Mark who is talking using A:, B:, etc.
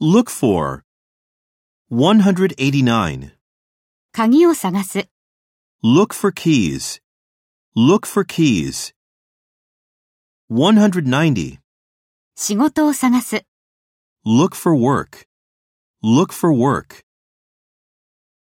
A: Look for 189.
B: 鍵を探す。
A: Look for keys. Look for keys. 190.
B: 仕事を探す。
A: Look for work. Look for work.